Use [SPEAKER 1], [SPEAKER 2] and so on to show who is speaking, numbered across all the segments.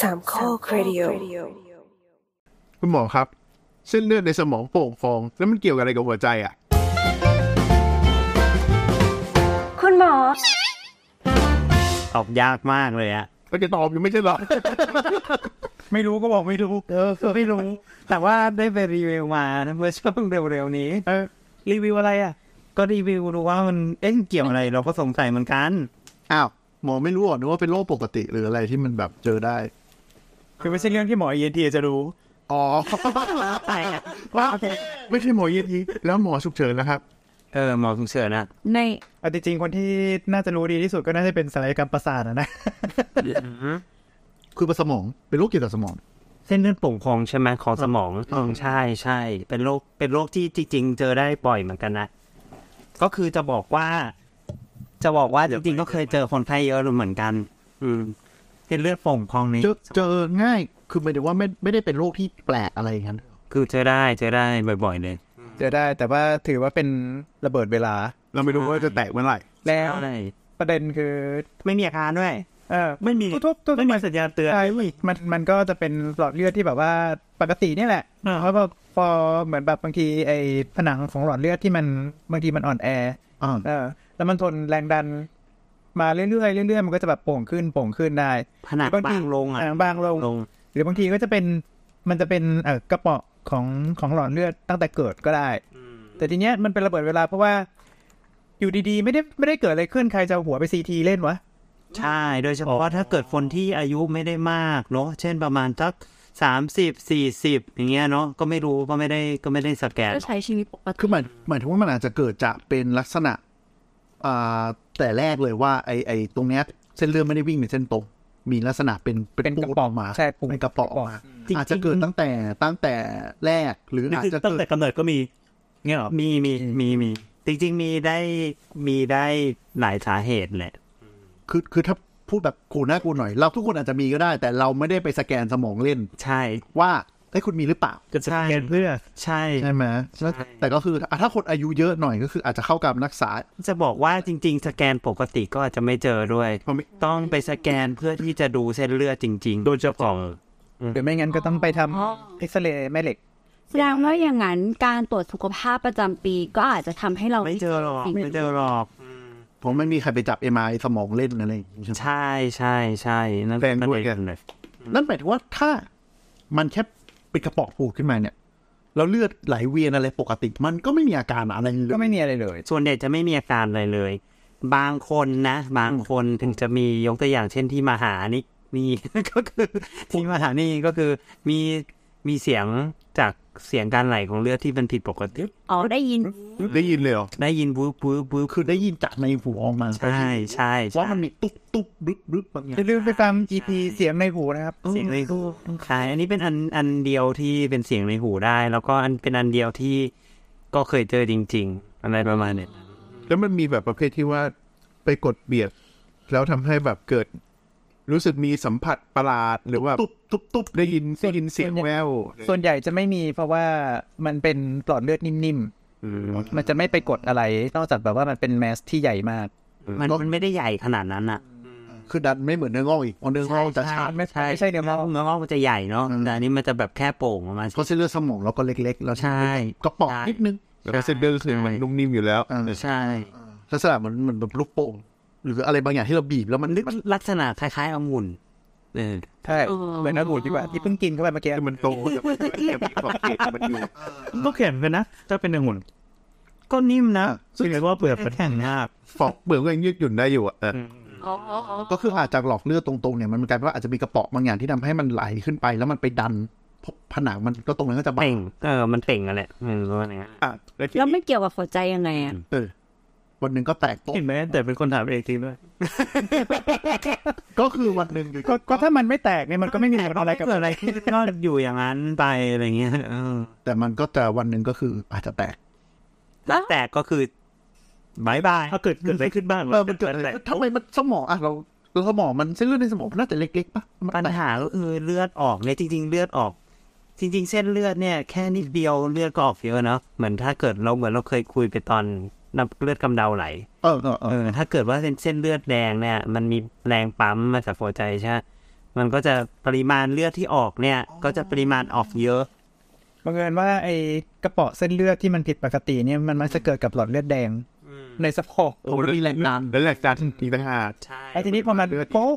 [SPEAKER 1] สามข้อครดิโอ
[SPEAKER 2] คุณหมอครับ เส้นเลือดในสมองโป่งฟอง แล้วมันเกี่ยวกับอะไรกับหัวใจอ่ะ
[SPEAKER 1] คุณหมอ
[SPEAKER 3] ตอบยากมากเลยอะ
[SPEAKER 2] ก็จะตอบอยู่ไม่ใช่เหรอ
[SPEAKER 3] ไม่รู้ก็บอกไม่รู้เออไม่รู้ แต่ว่าได้ไปรีวิวมาเมื่อช่วงเร็วๆนี้รีวิวอะไรอ่ะ ก็รีวิวรู้ว่ามันเอ๊ะเกี่ยวอะไร เราก็สงสัยเหมือนกัน
[SPEAKER 4] อ้าว หมอไม่รู้หรอนึกว่าเป็นโรคปกติหรืออะไรที่มันแบบเจอได้
[SPEAKER 3] คือไม่ใช่เรื่องที่หมอเอ็นทีจะรู้
[SPEAKER 4] อ๋อ
[SPEAKER 3] ใช่
[SPEAKER 2] ว้าวไม่ใช่หมอยีทีแล้วหมอฉุกเฉินนะครับ
[SPEAKER 3] เออหมอสุงเฉินอะ
[SPEAKER 5] ใน
[SPEAKER 6] เอาจริงๆคนที่น่าจะรู้ดีที่สุดก็น่าจะเป็นศัลยกรรมประสาทอะนะ
[SPEAKER 4] คือประสมองเป็นโรคเกี่ยวกับสมอง
[SPEAKER 3] เส้นเลือดโป่งพองใช่ไหมของสมองใช่ใช่เป็นโรคเป็นโรคที่จริง ๆ เจอได้บ่อยเหมือนกันนะ ก็คือจะบอกว่า จะบอกว่าจริงๆก็เคยเจอคนไข้เยอะเหมือนกัน อืมเส้นเลือดโป่งพองนี้
[SPEAKER 4] เจอเจอง่าย คือหมายถึงว่าไม่ไม่ได้เป็นโรคที่แปลกอะไรอย่างนั้น
[SPEAKER 3] คือเจอได้เจอได้บ่อยๆเลย
[SPEAKER 6] เจอได้แต่ว่าถือว่าเป็นระเบิดเวลา
[SPEAKER 2] เราไม่รู้ว่าจะแตกเมื่อไหร่
[SPEAKER 6] แล้ว
[SPEAKER 3] อะไร
[SPEAKER 6] ประเด็นคือ
[SPEAKER 3] ไม่มีอาการด้วย
[SPEAKER 6] เออ
[SPEAKER 3] ไม่มี
[SPEAKER 6] ทุบทุบ
[SPEAKER 3] ไม่มีสัญญาณเตือน
[SPEAKER 6] ใช่มันมันก็จะเป็นหลอดเลือดที่แบบว่าปกติเนี่ยแหละ
[SPEAKER 3] อ่า
[SPEAKER 6] เพราะว่าพอเหมือนแบบบางทีไอ้ผนังของหลอดเลือดที่มันบางทีมันอ่อนแอ
[SPEAKER 4] อ่า
[SPEAKER 6] เออแล้วมันทนแรงดันมาเรื่อยๆเรื่อยๆมันก็จะแบบโป่งขึ้นโป่งขึ้นได้
[SPEAKER 3] ผนังบางลงอ่ะ
[SPEAKER 6] อ่าบางลง
[SPEAKER 3] ลง
[SPEAKER 6] หรือบางทีก็จะเป็นมันจะเป็นเอ่อกระเป๋อของของหลอดเลือดตั้งแต่เกิดก็ได้ แต่ทีเนี้ยมันเป็นระเบิดเวลาเพราะว่า อยู่ดีๆ ไม่ได้ไม่ได้เกิดอะไรขึ้นใครจะเอาหัวไปซีทีเล่นวะ
[SPEAKER 3] ใช่ โดยเฉพาะถ้าเกิดคนที่อายุไม่ได้มากเนาะเช่นประมาณสักสามสิบสี่สิบอย่างเงี้ยเนาะก็ไม่รู้ก็ไม่ได้ก็ไม่ได้สแกน
[SPEAKER 5] ก็ใช้ชีวิตปกติ
[SPEAKER 4] คือหมายหมายถึงว่ามันอาจจะเกิดจากเป็นลักษณะ อ่า แต่แรกเลยว่า ไอไอตรงเนี้ยเส้นเลือดไม่ได้วิ่งเป็นเส้นตรง มีลักษณะเป็น
[SPEAKER 6] เป็นกระ
[SPEAKER 4] ปู
[SPEAKER 6] ป๋อง
[SPEAKER 4] มา
[SPEAKER 6] ใช่ปู
[SPEAKER 4] เป็นกระป๋องออกมา
[SPEAKER 3] จริงๆ
[SPEAKER 4] อาจจะเกิดตั้งแต่ตั้งแต่แรก หรืออาจจะ
[SPEAKER 3] ตั้ง
[SPEAKER 4] เกิด
[SPEAKER 3] แต่กำเนิดก็มีเงี้ยหรอมีมีมีมีจริงๆมีได้มีได้หลายสาเหตุแหละ
[SPEAKER 4] คือคือถ้าพูดแบบขู่หน้ากูหน่อย เราทุกคนอาจจะมีก็ได้ แต่เราไม่ได้ไปสแกนสมองเล่น
[SPEAKER 3] ใช่
[SPEAKER 4] ว่าไอ้ยคุณมีหรือเปล่า
[SPEAKER 3] ก็สแกนเพื่อใช่
[SPEAKER 4] ใช่ไหมแล้ว
[SPEAKER 3] ใช่
[SPEAKER 4] แต่ก็คืออ่ะถ้าคนอายุเยอะหน่อยก็คืออาจจะเข้ากับนักษา
[SPEAKER 3] จะบอกว่าจริง ๆ สแกนปกติก็อาจจะไม่เจอด้วย
[SPEAKER 2] เพราะไม่
[SPEAKER 3] ต้องไปสแกนเพื่อที่จะดูเส้นเลือดจริง ๆ โดยเฉพาะ
[SPEAKER 6] หรือไม่งั้นก็ต้องไปทำเอ็กซเรย์แม่เหล็ก
[SPEAKER 5] แสดงว่าอย่างนั้นการตรวจสุขภาพประจำปีก็อาจจะทำให้เรา
[SPEAKER 3] ไม่เจอหรอก ไม่เจอหรอก
[SPEAKER 4] ผมไม่มีใครไปจับเอ็มไอสมองเล่นอะไรอย่างงี้ใช่ไหม
[SPEAKER 3] ใช่ใช่ใช่นั่น
[SPEAKER 2] แรงด้วยกัน
[SPEAKER 3] เลย
[SPEAKER 4] นั่นหมายถึงว่าถ้ามันแค่เป็นกระป๋องปูดขึ้นมาเนี่ย แล้วเลือดไหลเวียนอะไรปกติ มันก็ไม่มีอาการอะไรเลย
[SPEAKER 6] ก็ไม่มีอะไรเลย
[SPEAKER 3] ส่วนเด็กจะไม่มีอาการอะไรเลย บางคนนะ บางคนถึงจะมียกตัวอย่างเช่นที่มาหานี่นี่ ก็คือที่มาหานี่ก็คือมีมีเสียงจากเสียงการไหลของเลือดที่มันผิดปกติ
[SPEAKER 5] อ๋อได้ยิน
[SPEAKER 2] ได้ยินเลยเหรอ
[SPEAKER 3] ได้ยินบู๊บู๊บู๊
[SPEAKER 4] คือได้ยินจากในหูออกมา
[SPEAKER 3] ใช่ใช่ใช่
[SPEAKER 4] ว่ามันมีตุ๊บตุ๊บบึ๊บบึ๊บบาง
[SPEAKER 6] อย่
[SPEAKER 4] อา
[SPEAKER 6] ย่าง ลืมไปฟัง EP เสียงในหูนะครับ
[SPEAKER 3] เสียงในหูใช่อันนี้เป็นอันอันเดียวที่เป็นเสียงในหูได้ แล้วก็อันเป็นอันเดียวที่ก็เคยเจอจริง ๆ อะไรประมาณเนี้ย
[SPEAKER 2] แล้วมันมีแบบประเภทที่ว่าไปกดเบียด แล้วทำให้แบบเกิด รู้สึกมีสัมผัสประหลาดหรือว่า
[SPEAKER 4] ตุ๊บตุ๊บตุ๊บ
[SPEAKER 2] ได้ยินได้ยินเสียงแวว
[SPEAKER 6] ส่วนใหญ่จะไม่มีเพราะว่ามันเป็นหลอดเลือดนิ่มๆ มันจะไม่ไปกดอะไร นอกจากแบบว่ามันเป็นแมสที่ใหญ่มาก
[SPEAKER 3] มันมันไม่ได้ใหญ่ขนาดนั้นอ่ะ
[SPEAKER 4] คือดันไม่เหมือนเนื้องอกอีกเพราะเนื้องอกจะชา
[SPEAKER 6] ไม่ใช่เนื้องอก
[SPEAKER 3] เนื้องอกมันจะใหญ่เนาะแต่อันนี้มันจะแบบแค่โป่งออกมา
[SPEAKER 4] เพราะเส้นเลือดสมองเราก็เล็กๆแล้ว
[SPEAKER 3] ใช่
[SPEAKER 4] กระป๋อง
[SPEAKER 3] ใช่
[SPEAKER 4] นิดนึง
[SPEAKER 2] แล้วก็เส้นเลือดรู้สึกมันนุ่มนิ่มอยู่แล้ว
[SPEAKER 3] ใช่
[SPEAKER 4] ลักษณะเหมือนเหมือนแบบลูกโป่งหรืออะไรบางอย่างที่เราบีบแล้วมัน
[SPEAKER 3] ลึกลักษณะคล้ายๆองุ่นเออ
[SPEAKER 6] ใช่เหมือนองุ่นดีกว่าที่เพิ่งกินเข้าไปเมื่อกี้
[SPEAKER 2] แต่มันโตแต่มันมีขอบเขตมันอยู่
[SPEAKER 3] ก็เข็มกันนะถ้าเป็นองุ่นก็นิ่มนะซึ่งเรียกว่าเปลือกมันแข็งมาก
[SPEAKER 2] ฟอกเปลือกก็ยังยืดหยุ่นได้อยู่อ่ะเออ
[SPEAKER 4] ก็คืออาจจะหลอกเลือดตรงๆเนี่ยมันกลายเป็นว่าอาจจะมีกระเปาะบางอย่างที่ทำให้มันไหลขึ้นไป แล้วมันไปดันพวกผนังมันก็ตรงนั้นก็จะบา
[SPEAKER 3] เป่งเออมันเป่งอะไรไม่รู้ว่าไง
[SPEAKER 2] อ่ะแล้วที่
[SPEAKER 5] แล้วไม่เกี่ยวกับหัวใจยังไงอะ
[SPEAKER 4] เออวันหนึ่งก็แตกโต๊ะ
[SPEAKER 3] เห็นไหมแต่เป็นคนถามเองทีด้วย
[SPEAKER 4] ก็คือวันหนึ่งอยู่
[SPEAKER 6] ก็ก็ถ้ามันไม่แตกเนี่ยมันก็ไม่มีผลอะไรกับ
[SPEAKER 3] เกิดอะไรขึ้นก็อยู่อย่างนั้นไปอะไรเงี้ยเออ
[SPEAKER 4] แต่มันก็จะวันหนึ่งก็คืออาจจะแตก
[SPEAKER 3] แล้วแต่ก็คือบายบายเกิดเกิดอะไรขึ้นบ้าง
[SPEAKER 4] เออมันเกิดอะไรทำไมมันสมองอ่ะเราเราสมองมันเส้นเลือดในสมองมันน่าจะเล็กๆปะมัน
[SPEAKER 3] ปัญ
[SPEAKER 4] แตก
[SPEAKER 3] หาก็คือเลือดออกเนี่ยจริง ๆ เลือดออก จริง ๆ เส้นเลือดเนี่ยแค่นิดเดียวเลือดก็ออกเยอะเนาะเหมือนถ้าเกิดเราเหมือนเราเคยคุยไปตอนน้ำเลือดกำเดาไหล
[SPEAKER 4] เออเออเอ
[SPEAKER 3] เอ
[SPEAKER 4] อ
[SPEAKER 3] อถ้าเกิดว่าเส้นเส้นเลือดแดงเนี่ย มันมีแรงปั๊มมาจากหัวใจใช่ไหม มันก็จะปริมาณเลือดที่ออกเนี่ย ก็จะปริมาณออกเยอะ
[SPEAKER 6] บังเอิญว่าไอ้กระเป๋อเส้นเลือดที่มันผิดปกติเนี่ยมันมักจะเกิดกับหลอดเลือดแดงในสะโพก
[SPEAKER 4] โอ้แล้วมีแรงดัน
[SPEAKER 2] แล้วแหลกจานอีกต่างหาก
[SPEAKER 3] ใช่
[SPEAKER 6] ไอ้ทีนี้พอมัน
[SPEAKER 2] เลือด
[SPEAKER 6] โป๊ก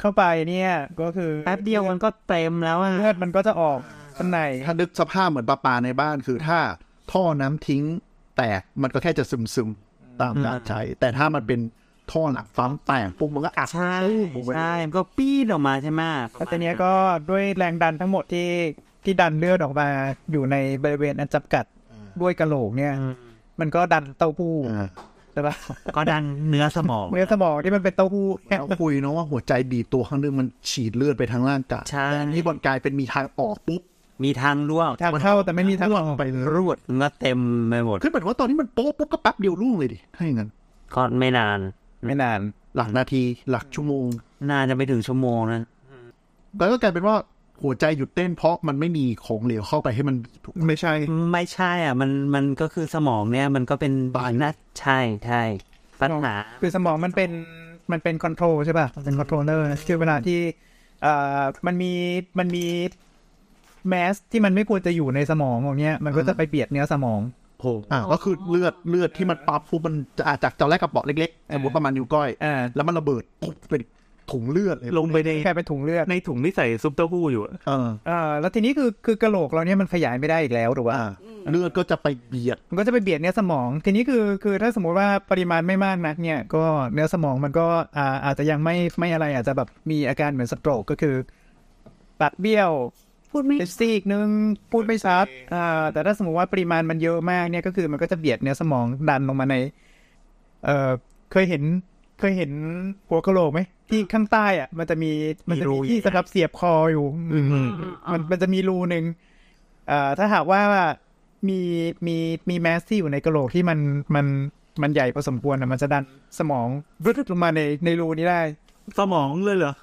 [SPEAKER 6] เข้าไปเนี่ยก็คือ
[SPEAKER 3] แป๊บเดียวมันก็เต็มแล้วอ่ะ
[SPEAKER 6] เลือดมันก็จะออกข้างใน
[SPEAKER 4] ถ้านึกสภาพเหมือนปลาปลาในบ้านคือถ้าท่อน้ำทิ้งแตกมันก็แค่จะซึมซึมๆตามการใช้ แต่ถ้ามันเป็นท่อหนักฟังแตกปุ๊บมันก็อัก
[SPEAKER 3] ใช่ใช่มันก็ปี๊ดออกมาใช่ไหม
[SPEAKER 6] แล้วทีเนี้ยก็ด้วยแรงดันทั้งหมดที่ที่ดันเลือดออกมาอยู่ในบริเวณอันจำกัดด้วยกระโหลกเนี่ย มันก็ดันเต้าหู้
[SPEAKER 4] อ่า
[SPEAKER 6] ใช่ปะ
[SPEAKER 3] ก็ดันเนื้อสมอง
[SPEAKER 6] เนื้อสมองที่มันเป็นเต้าหู้แห้ง
[SPEAKER 4] เราคุยเนาะว่าหัวใจบีบตัวข้างนึงมันฉีดเลือดไปทั้งร่างกาย
[SPEAKER 3] ใช่
[SPEAKER 4] แต่อันนี่บอลกลายเป็นมีทางออกปุ๊บ
[SPEAKER 3] มีทางร่วง
[SPEAKER 6] ทางเข้าแต่ไม่มีทางออก
[SPEAKER 4] ไปเลย
[SPEAKER 3] รวดมันก็เต็มไปหมด
[SPEAKER 4] คือเหมือนว่าตอนนี้มันโป๊ะปุ๊บก็แป๊บเดียวรุ่งเลยดิให้เงิน
[SPEAKER 3] ก็ไม่นาน
[SPEAKER 6] ไม่นาน
[SPEAKER 4] หลักนาทีหลักชั่วโมง
[SPEAKER 3] น่าจะไปถึงชั่วโมงนะ
[SPEAKER 4] แล้วก็กลายเป็นว่าหัวใจหยุดเต้นเพราะมันไม่มีของเหลวเข้าไปให้มันถูก
[SPEAKER 2] ไม่ใช่
[SPEAKER 3] ไม่ใช่อ่ะ มันมันก็คือสมองเนี่ย มันก็เป็น
[SPEAKER 4] บายนะ
[SPEAKER 3] นะใช่ใช่ปัญหา
[SPEAKER 6] คือสมองมันเป็นมันเป็นคอนโทรลใช่ป่ะมันเป็นคอนโทรลเลอร์คือเวลาที่เอ่อมันมีมันมีแมสที่มันไม่ควรจะอยู่ในสมองอย่างเงี้ยมันก็จะไปเบียดเนื้อสมอง
[SPEAKER 4] อ่าก็คือเลือดเลือดที่มันปั๊บปุ๊บมันจะอาจจากตอนแรกกระเป๋อเล็กๆไอ้บุประมาณนิ้วก้อย
[SPEAKER 6] อ่า
[SPEAKER 4] แล้วมันระเบิดปุ๊บเป็นถุงเลือดเลย
[SPEAKER 7] ลงไปใน
[SPEAKER 6] แค่เป็นถุงเลือด
[SPEAKER 7] ในถุงที่ใส่ซุปเต้าหู้อยู่อะ
[SPEAKER 4] เออ
[SPEAKER 6] เอ่อแล้วทีนี้คือคือกระโหลกเราเนี่ยมันขยายไม่ได้อีกแล้วถูกป่ะ
[SPEAKER 4] อ่าเลือดก็จะไปเบียด
[SPEAKER 6] มันก็จะไปเบียดเนื้อสมอง ทีนี้คือคือถ้าสมมติว่าปริมาณไม่มากนักเนี่ย ก็เนื้อสมองมันก็อ่าอาจจะยังไม่ไม่อะไรอาจจะแบบมีอาการเหมือนสโตรกก็คือปากเบี้ยว
[SPEAKER 5] พูดไม่
[SPEAKER 6] เป็นซีกหนึ่งพูดไม่ชัดอ่าแต่ถ้าสมมติว่าปริมาณมันเยอะมากเนี่ยก็คือมันก็จะเบียดเนื้อสมองดันลงมาใน เอ่อเคยเห็นเคยเห็นหัวกะโหลกไหมที่ข้างใต้อ่ะ มันจะมีมันจะมีที่สำหรับเสียบคออยู่มันมันจะมีรูหนึ่งเอ่อถ้าหากว่ามีมีมีแมสที่อยู่ในกะโหลกที่มันมันมันใหญ่พอสมควรอ่ะมันจะดันสมองรึดลงมาในในรูนี้ได้
[SPEAKER 7] สมองเลยเหรอ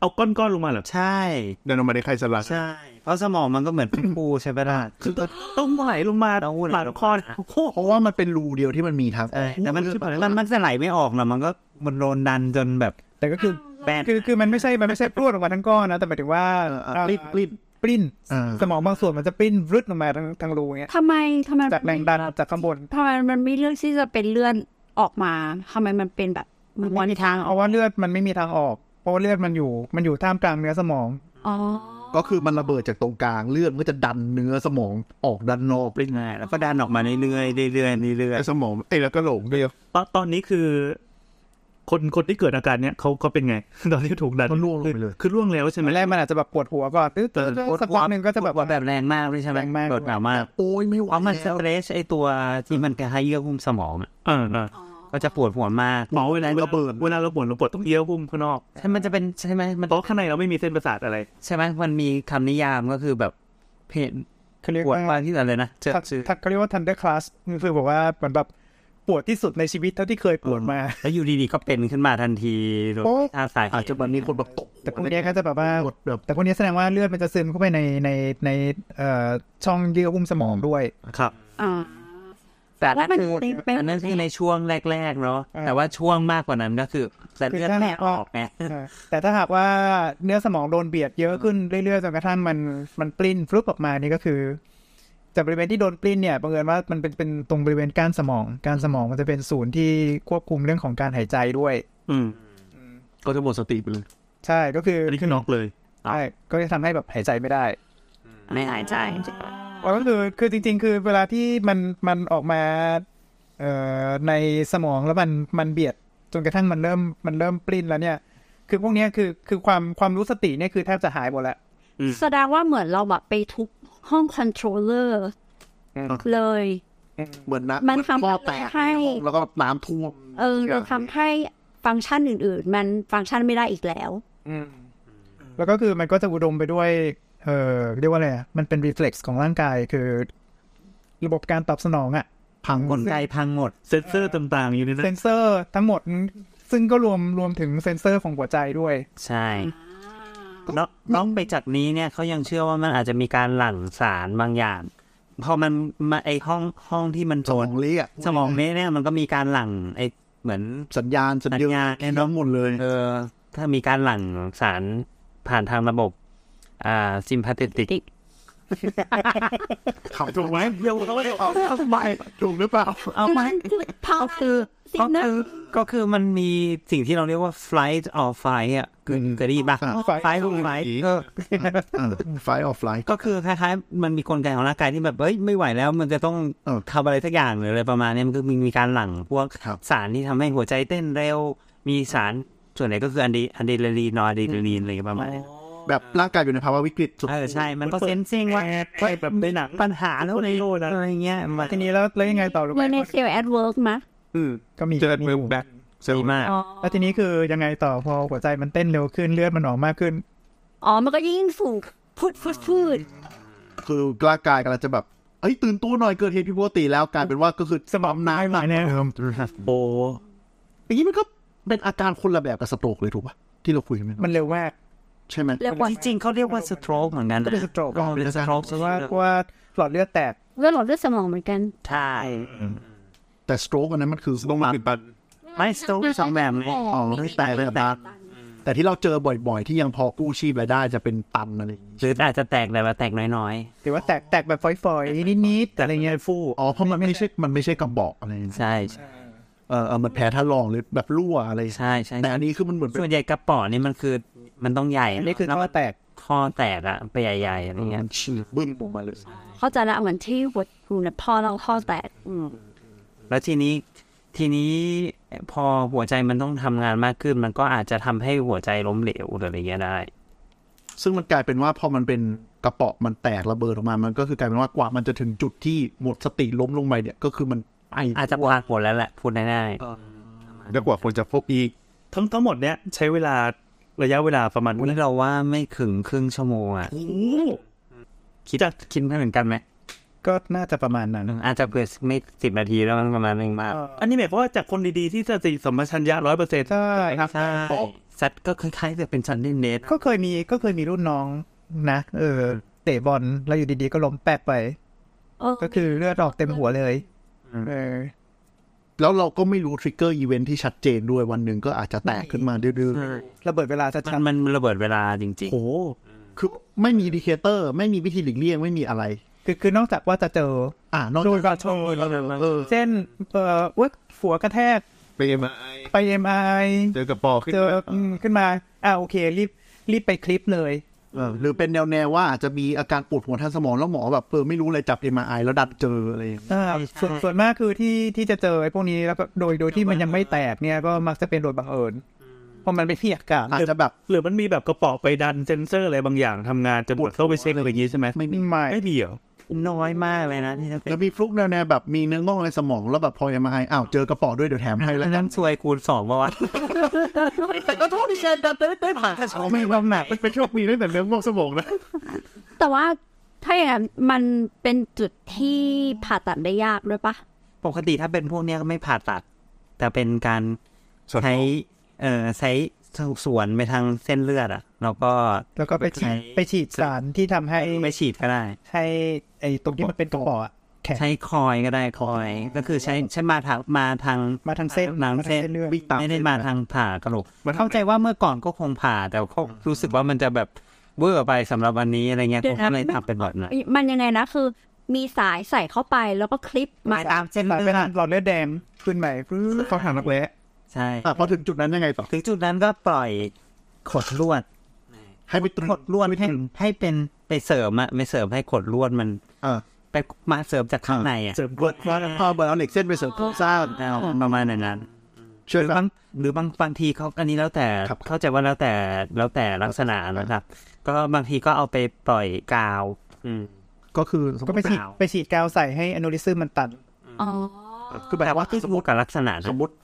[SPEAKER 7] เอาก้อนๆลงมาเหรอ
[SPEAKER 3] ใช่
[SPEAKER 2] เดินออกมาได้ใครสลัด
[SPEAKER 3] ใช่ เพราะสมองมันก็เหมือนเป็นปูใช่ไหมล่ะ
[SPEAKER 7] คือต้องไหลลงมา
[SPEAKER 3] ต้องไหลลงมา
[SPEAKER 7] หลังคอโอ้โห
[SPEAKER 4] เพราะว่ามันเป็นรูเดียวที่มันมีทางอ
[SPEAKER 3] เอ
[SPEAKER 4] อก
[SPEAKER 3] อแต่มัน
[SPEAKER 4] เลือด
[SPEAKER 3] มันมันมันจะไหลไม่ออกหรอกมันก็มันโดนดันจนแบบ
[SPEAKER 6] แต่ก็คือ
[SPEAKER 3] แบน
[SPEAKER 6] คือคือมันไม่ใช่มันไม่ใช่พรวดออกมาทั้งก้อนนะแต่หมายถึงว่า
[SPEAKER 4] เอออ่ะรีบรีบ
[SPEAKER 6] ปริ้น
[SPEAKER 4] อ่า
[SPEAKER 6] สมองบางส่วนมันจะปริ้นรึดลงมาทางทางรูเงี้ย
[SPEAKER 5] ทำไมทำไม
[SPEAKER 6] จากแรงดันจากข้างบน
[SPEAKER 5] ทำไมมันไม่เลือกที่จะเป็นเลื่อนออกมาทำไมมันเป็นแบบมันวนทางออก
[SPEAKER 6] เพราะว่าเลือดมันไม่มีทางออก เพราะว่าเลือดมันอยู่มันอยู่ท่ามกลางเนื้อสมอง
[SPEAKER 5] อ๋อ
[SPEAKER 4] ก็คือมันระเบิดจากตรงกลางเลือดมันก็จะดันเนื้อสมองออกดันนอก
[SPEAKER 3] เรื่อยๆแล้วก็ดันออกมาเรื่อยๆเรื่อยๆเรื่อย
[SPEAKER 2] แต่สมองเอ้ยแล้วก็หลงเดียว
[SPEAKER 7] ตอนตอนนี้คือ คนคนที่เกิดอาการเนี้ยเขาเขาเป็นไง ตอนที่ถูกดัน
[SPEAKER 4] ก็ล่วงลงไปเลย
[SPEAKER 7] คือล่วงแล้วใช่ไหม
[SPEAKER 6] มันแรกมันอาจจะแบบปวดหัวก่อนตื้อตื้อตื้อสักพักหนึ่งก็จะแบบ
[SPEAKER 3] ปวดแบบแรงมากด้วยใช่ไหม
[SPEAKER 6] แรงมาก
[SPEAKER 3] ปวดหนามาก
[SPEAKER 4] โอ้ยไม่ไหว
[SPEAKER 3] เพราะมันส
[SPEAKER 4] แล้ว
[SPEAKER 3] เตรสไอตัวที่มันกระให้เยื่อหุ้มสมองอะ
[SPEAKER 7] อ่าอ่า
[SPEAKER 3] ก็จะปวดหัวมาก
[SPEAKER 7] หมอเวลา
[SPEAKER 4] ระเบิด
[SPEAKER 7] เวลาเราปวดเราปวดต้องเยี่ยวหุ้มข้างนอก
[SPEAKER 3] ใช่มันจะเป็นใช่ไหมมัน
[SPEAKER 7] เพราะข้างในเราไม่มีเส้นประสาทอะไร
[SPEAKER 3] ใช่ไหมมันมีคำนิยามก็คือแบบเพน
[SPEAKER 6] เขาเรียก
[SPEAKER 3] ปวด
[SPEAKER 6] ว่า
[SPEAKER 3] บางที่อะไรนะเจอ
[SPEAKER 6] ทัก
[SPEAKER 3] ชื่อ
[SPEAKER 6] ทักเขาเรียกว่า thunder class คือบอกว่าเหมือนแบบปวดที่สุดในชีวิตเท่าที่เคยปวดมา
[SPEAKER 3] แล้วอยู่ดีๆก็เป็นขึ้นมาทันทีโดย
[SPEAKER 6] โอ๊ย
[SPEAKER 3] อาสาเหตุ
[SPEAKER 4] อาจจะแบบมีคนแบบตก
[SPEAKER 6] แต่พวกเนี้ยเขาจะแบบว่า
[SPEAKER 4] กดแบบ
[SPEAKER 6] แต่พวกเนี้ยแสดงว่าเลือดมันจะซึมเข้าไปในในในเอ่อช่องเยื่อหุ้มสมองด้วย
[SPEAKER 3] ครับ
[SPEAKER 5] อ่า
[SPEAKER 3] แต่นั่น
[SPEAKER 5] แล้วมัน
[SPEAKER 3] คือ
[SPEAKER 5] เป็น
[SPEAKER 3] อันนั้นคือในช่วงแรกๆเนาะ
[SPEAKER 6] อ่า
[SPEAKER 3] แต่ว่าช่วงมากกว่านั้นก็คือแต่
[SPEAKER 6] คือ
[SPEAKER 3] เลือด
[SPEAKER 6] ถ้า
[SPEAKER 3] ไม่ออก
[SPEAKER 6] ออก
[SPEAKER 3] ไง
[SPEAKER 6] เออแต่ถ้าหากว่าเนื้อสมองโดนเบียดเยอะขึ้นเรื่อยๆจนกระทั่งมันมันปลิ้นฟลุปออกมานี่ก็คือจากบริเวณที่โดนปลิ้นเนี่ยบังเอิญว่ามันเป็นเป็นตรงบริเวณก้านสมองก้านสมองมันจะเป็นศูนย์ที่ควบคุมเรื่องของการหายใจด้วย
[SPEAKER 7] อืม
[SPEAKER 4] ก็จะหมดสติไปเลย
[SPEAKER 6] ใช่ก็คือ
[SPEAKER 7] อันนี้คือน็อกเลย
[SPEAKER 6] ใช่ก็จะทำให้แบบหายใจไม่ได้
[SPEAKER 3] ไม่หายใจ
[SPEAKER 6] แล้วก็คือคือจริง ๆ คือเวลาที่มันมันออกมาเอ่อในสมองแล้วมันมันเบียดจนกระทั่งมันเริ่มมันเริ่มปลิ้นแล้วเนี่ย คือพวกเนี้ยคือคือความความรู้สติเนี่ยคือแทบจะหายหมดแล้ว
[SPEAKER 7] อืม
[SPEAKER 5] แสดงว่าเหมือนเราแบบไปทุบห้องคอนโทรลเลอร์
[SPEAKER 6] อืม
[SPEAKER 5] เลย
[SPEAKER 4] เหมือนนะ
[SPEAKER 5] มันทำ
[SPEAKER 4] ท่อแตก
[SPEAKER 5] ให้
[SPEAKER 4] แล้วก็น้ำท่วม
[SPEAKER 5] เออเราทำให้ฟังก์ชันอื่น ๆ มันฟังก์ชันไม่ได้อีกแล้ว
[SPEAKER 6] แล้วก็คือมันก็จะอุดมไปด้วย เออเรียกว่าอะไรอะมันเป็น reflex ของร่างกายคือ ระบบการตอบสนองอะ
[SPEAKER 4] พัง
[SPEAKER 3] กลไกพังหมด
[SPEAKER 7] เซนเซอร์ต่างๆ อยู่ในนั้
[SPEAKER 6] เซ
[SPEAKER 7] น
[SPEAKER 6] นเซอร์ทั้งหมด ซึ่งก็รวมรวมถึงเซนเซอร์ของหัวใจด้วย
[SPEAKER 3] ใช่นอกนอกไปจากนี้เนี่ยเขายังเชื่อว่ามันอาจจะมีการหลั่งสารบางอย่าง พอมันมาไอห้องห้องที่มันโจ
[SPEAKER 4] สม
[SPEAKER 3] น
[SPEAKER 4] องเละอะ
[SPEAKER 3] สมองเนี้ยเนี่ยมันก็มีการหลั่งไอเหมือน
[SPEAKER 4] สัญญาณสัญ
[SPEAKER 3] สัญญาณ
[SPEAKER 4] แน่นอนหมดเลย
[SPEAKER 3] เออถ้ามีการหลั่งสาร ผ่านทางระบบ อ่าซิมพาเทติก
[SPEAKER 2] ขำถูกไหมเดี๋ยวเขาไม่ได้ออกทำไมถูกหรือเปล่า
[SPEAKER 3] เอาไหม
[SPEAKER 5] เพราะ
[SPEAKER 3] ก็คือ
[SPEAKER 5] สิ่
[SPEAKER 3] ก็
[SPEAKER 5] งนั้น
[SPEAKER 3] คือก็คือมันมีสิ่งที่เราเรียกว่า flight or flight อ่ะคือเคยได้ยินปะ
[SPEAKER 4] อ่า
[SPEAKER 3] flight or flight
[SPEAKER 2] ผี
[SPEAKER 3] เออ
[SPEAKER 4] ไฟออฟไลน์
[SPEAKER 3] ก็คือคล้ายๆ มันมีกลไกของร่างกายที่แบบเอ้ยไม่ไหวแล้วมันจะต้อง
[SPEAKER 4] เออ
[SPEAKER 3] ทำอะไรสักอย่างหรืออะไรประมาณเนี้ยมันก็มีมีการหลั่งพวก
[SPEAKER 4] ครับ
[SPEAKER 3] สารที่ทำให้หัวใจเต้นเร็ว มีสารส่วนไหนก็คืออันดีอันเดรลีนอร์ดีเดรีนอะไรประมาณเนี้ย
[SPEAKER 4] แบบร่างกายอยู่ในภาวะวิกฤตสุด
[SPEAKER 3] เออใช่ มันก็เซนซิงว่า
[SPEAKER 7] ใช่แบบในหนัง
[SPEAKER 3] ปัญหาแล้วในโลกอะไรเงี้ยมัน
[SPEAKER 6] ทีนี้แล้วแล้วยังไงต่อรู้ไหม
[SPEAKER 5] เมื่อในเซลล์แอดเวิร์กมะ
[SPEAKER 6] ก็มี
[SPEAKER 2] เจอเมืองแบ็คเซล
[SPEAKER 3] ดี
[SPEAKER 2] ล์
[SPEAKER 3] มาก
[SPEAKER 6] แล้วทีนี้คือยังไงต่อพอหัวใจมันเต้นเร็วขึ้นเลือดมันออกมากขึ้น
[SPEAKER 5] อ๋อ มันก็ยิ่งสูงพุดพุดพุด
[SPEAKER 4] คือร่างกายกำลังจะแบบเอ้ยตื่นตัวหน่อยเกิดเหตุผิดปกติแล้วกลายเป็นว่าก็คือ
[SPEAKER 6] สมองน้ำหน่อยเนี่ย
[SPEAKER 2] เริ่ม
[SPEAKER 7] โบ
[SPEAKER 4] อย่างนี้มันก็เป็นอาการคนละแบบกับสโตรกเลยถูกปะที่เราคุยกันไหม
[SPEAKER 6] มันเร็วมาก
[SPEAKER 4] ใช่ไหม
[SPEAKER 5] เร็วกว่า
[SPEAKER 3] ว่าจริงๆเขาเรียกว่าสโตรกเหมือนกัน
[SPEAKER 6] ก็เป็น stroke
[SPEAKER 3] ก็เป็นสโตรก
[SPEAKER 6] เพราะว่าเพราะว่าหลอดเลือดแตก
[SPEAKER 5] เลือดหลอดเลือดสมองเหมือนกัน
[SPEAKER 3] ใช่
[SPEAKER 4] แต่สโตรกอันนั้นมันคือ
[SPEAKER 2] ลงมาปิดบัน
[SPEAKER 3] ไม่สโตรกสองแบบเลย
[SPEAKER 4] อ๋อแตกเลยนะแต่ที่เราเจอบ่อยๆ ที่ยังพอกู้ชีพไปได้จะเป็นตันอะไรอย่างงี้
[SPEAKER 3] หรืออาจจะแตกแต่ว่าแตกน้อย
[SPEAKER 6] แต่ว่าแตกแตกแบบฝอยๆนิดๆอะไรเงี้ยฟู
[SPEAKER 4] อ๋อเพราะมันไม่ใช่มันไม่ใช่กระบอกอะไรอย่าง
[SPEAKER 3] ๆ
[SPEAKER 4] งี้
[SPEAKER 3] ใช่
[SPEAKER 4] เออเออมันแผลทะลองหรือแบบรั่วอะไร
[SPEAKER 3] ใช่ใช่
[SPEAKER 4] แต่อันนี้คือมันเหมือนเป็น
[SPEAKER 3] ส่วนใหญ่กระป๋อนี่มันคือมันต้องใหญ่
[SPEAKER 6] อันนี้คือ
[SPEAKER 3] แล้ว
[SPEAKER 6] ท่อแตก
[SPEAKER 3] คอแตกอะไปใหญ่ๆอะไรเงี้ย
[SPEAKER 4] มันฉีกบึ้มออกมาเลย
[SPEAKER 5] เข้าใจละเหมือนที่หัวหูเนี่ยพอเราข้อแตกอืม
[SPEAKER 3] แล้วทีนี้ทีนี้พอหัวใจมันต้องทำงานมากขึ้น มันก็อาจจะทำให้หัวใจล้มเหลวหรืออะไรเงี้ยได้
[SPEAKER 4] ซึ่งมันกลายเป็นว่าพอมันเป็นกระเปาะมันแตกระเบิดออกมา มันก็คือกลายเป็นว่ากว่ามันจะถึงจุดที่หมดสติล้มลงไปเนี่ยก็คือมันไอ
[SPEAKER 3] อาจจะวางหมดแล้วแหละพูดง่าย
[SPEAKER 2] แล้วกว่าคนจะพบอีก
[SPEAKER 7] ทั้งทั้งหมดเนี้ยใช้เวลาระยะเวลาประมาณ
[SPEAKER 3] ๆวันนี้เราว่าไม่ถึงครึ่งชั่วโมงอะคิดคิดไม่เหมือนกันไหม
[SPEAKER 6] ก็น่าจะประมาณนั้น
[SPEAKER 3] อาจจะเกิดไม่สิบนาทีแล้วมันประมาณนึงมาก
[SPEAKER 7] อันนี้หมายความว่าจากคนดีๆที่สติสัมปชัญญะร้อยเปอร์เซ็นต์
[SPEAKER 6] ใช่
[SPEAKER 3] ใช่ซัดก็คล้ายๆจะเป็นชันเดนเนส
[SPEAKER 6] ก็เคยมีก็เคยมีรุ่นน้องนะ เออ เตะบอลแล้วอยู่ดีๆ ก็ล้มแปะไป
[SPEAKER 5] เออ
[SPEAKER 6] ก็คือเลือดออกเต็มหัวเลยเออ
[SPEAKER 4] แล้วเราก็ไม่รู้ทริกเกอร์อีเวนท์ที่ชัดเจนด้วยวันหนึ่งก็อาจจะแตกขึ้นมาดื้อ
[SPEAKER 6] ระเบิดเวลาจะ
[SPEAKER 3] มั
[SPEAKER 6] ชั
[SPEAKER 3] น
[SPEAKER 6] น
[SPEAKER 3] มันระเบิดเวลาจริง
[SPEAKER 4] ๆโหคือไม่มีดีเคเตอร์ ไม่มีวิธีหลีกเลี่ยงไม่มีอะไร
[SPEAKER 6] คือคือนอกจากว่าจะเจอ
[SPEAKER 4] อ่านอก
[SPEAKER 6] โด
[SPEAKER 4] จาก
[SPEAKER 6] ยการโชว์
[SPEAKER 4] เออ
[SPEAKER 6] เช่นเอ่อวัดหัวกระแทก
[SPEAKER 2] ไปเอ็มไอ
[SPEAKER 6] ไป MRI
[SPEAKER 2] เจอกระปอขึ้น
[SPEAKER 6] เจออืมขึ้นมา อ่าโอเค รีบรีบไปคลิปเลย
[SPEAKER 4] เออหรือเป็นแนวแนวๆว่าอาจจะมีอาการปวดหัวทางสมองแล้วหมอแบบเออไม่รู้เลยจับ MRI แล้วดันเจออะไรอย่างเงี้ย
[SPEAKER 6] อ่าส่วนส่วนมากคือที่ที่จะเจอไอ้พวกนี้แล้วก็โดยโดยที่มันยังไม่แตกเนี่ยก็มักจะเป็นโดยบังเอิญเพราะมันไม่ที่อากาศ
[SPEAKER 4] อาจจะแบบ
[SPEAKER 7] หรือมันมีแบบกระเป๋อไปดันเซนเซอร์อะไรบางอย่างทำงานจนหมดเข้าไปเช็คอะไรอย่างงี้ใช่ไหม
[SPEAKER 4] ไม่มี
[SPEAKER 6] ไม่
[SPEAKER 7] ไม่มีเหรอ
[SPEAKER 3] ๆ น้อยมากเลยนะที่จะเป็น
[SPEAKER 4] แล้วมีฟลุกแนวแนวๆแบบมีเนื้องอกในสมองแล้วแบบพอ MRI อ้าวเจอกระเป๋อด้วยเดี๋ยวแถมให้แล้ว
[SPEAKER 3] อัน
[SPEAKER 4] กั
[SPEAKER 3] นั้น นซวยคูณสองป่าวะแต่ก็โทษที่เชนดันได้ผ่านแค่สองไม่ความหนัก
[SPEAKER 2] มันเป็นโชคดีตั้งแต่เรื่องพวกสมองนะ
[SPEAKER 5] แต่ว่าถ้าอย่างนั้นมันเป็นจุดที่ผ่าตัดได้ยากด้วยปะ
[SPEAKER 3] ปกติถ้าเป็นพวกเนี้ยก็ไม่ผ่าตัด แต่เป็นการ
[SPEAKER 2] ส่วน
[SPEAKER 3] ใช้เอ่อใช้ส่วนไปทางเส้นเลือดอะแล้วก็
[SPEAKER 6] แล้วก็ไปฉีด
[SPEAKER 3] ใช้
[SPEAKER 6] ไปฉีดสารที่ทำให้
[SPEAKER 3] ไม่ฉีดก็ได้
[SPEAKER 6] ให้ไอ้ตรงที่มันเป็นกระป๋ออะแข็ง
[SPEAKER 3] ใช้คอยก็ได้คอย ก็คือใช้ใช้มาทางมาทาง
[SPEAKER 6] มาทางเส้น
[SPEAKER 3] หนัง
[SPEAKER 6] มาทา
[SPEAKER 3] เส้น
[SPEAKER 6] เลือด
[SPEAKER 4] วิ่งตาม
[SPEAKER 3] ไม่ได้มาทางผ่ากระโหลก
[SPEAKER 2] มันทำ
[SPEAKER 3] เข้าใจว่าเมื่อก่อนก็คงผ่า แต่ก็รู้สึกว่ามันจะแบบเวอร์ไปสำหรับวันนี้อะไรเงี้ย
[SPEAKER 5] เดี๋
[SPEAKER 3] ผ
[SPEAKER 5] ยว
[SPEAKER 3] ม
[SPEAKER 5] นะ
[SPEAKER 3] ก็เลยทำเป็นหลอดหน่อย
[SPEAKER 5] มันยังไงนะคือมีสายใส่เข้าไปแล้วก็คลิปมา
[SPEAKER 3] ตามเส้น
[SPEAKER 6] สารเป็
[SPEAKER 3] เลื
[SPEAKER 6] น
[SPEAKER 3] อด
[SPEAKER 6] หลอดเลือดแดงขึ้นใหม่ฟื้อเขาถามนักเละ
[SPEAKER 3] ใช่
[SPEAKER 4] อ่ะพอถึงจุดนั้นยังไงต่อ
[SPEAKER 3] ถึงจุดนั้นก็ปล่อยขดลวด
[SPEAKER 4] ให้ไปตรึง
[SPEAKER 3] ขดลวดให้ให้เป็นไปเสริมอะไปเสริมให้ขดลวดมัน
[SPEAKER 4] เออ
[SPEAKER 3] ไปมาเสริมจากข้างในอะ
[SPEAKER 7] เสริมกด
[SPEAKER 4] ว่าพอเบอร์เอาเหล็กเส้นไปเสริมโครงสร้าง
[SPEAKER 3] แนวประมาณนั้น
[SPEAKER 4] ช่วย
[SPEAKER 3] หรื
[SPEAKER 4] แบบ
[SPEAKER 3] อา
[SPEAKER 4] บ
[SPEAKER 3] งหรือบางบางทีเขาอันนี้แล้วแต่
[SPEAKER 4] ครับ
[SPEAKER 3] เข้าใจว่าแล้วแต่แล้วแต่ลักษณะนะครับ ก็บางทีก็เอาไปปล่อยกาว อืม
[SPEAKER 4] ก็คือสมม
[SPEAKER 6] ก็
[SPEAKER 4] ติ
[SPEAKER 6] ไปฉีดไปฉีดกาวใส่ให้อนุริซึมมันตัน
[SPEAKER 5] อ๋อ
[SPEAKER 4] คือแบบว่า
[SPEAKER 3] ขึ้น
[SPEAKER 4] สมม
[SPEAKER 3] อยู่
[SPEAKER 4] ติ
[SPEAKER 3] กับลักษณะนะ
[SPEAKER 4] สมมติ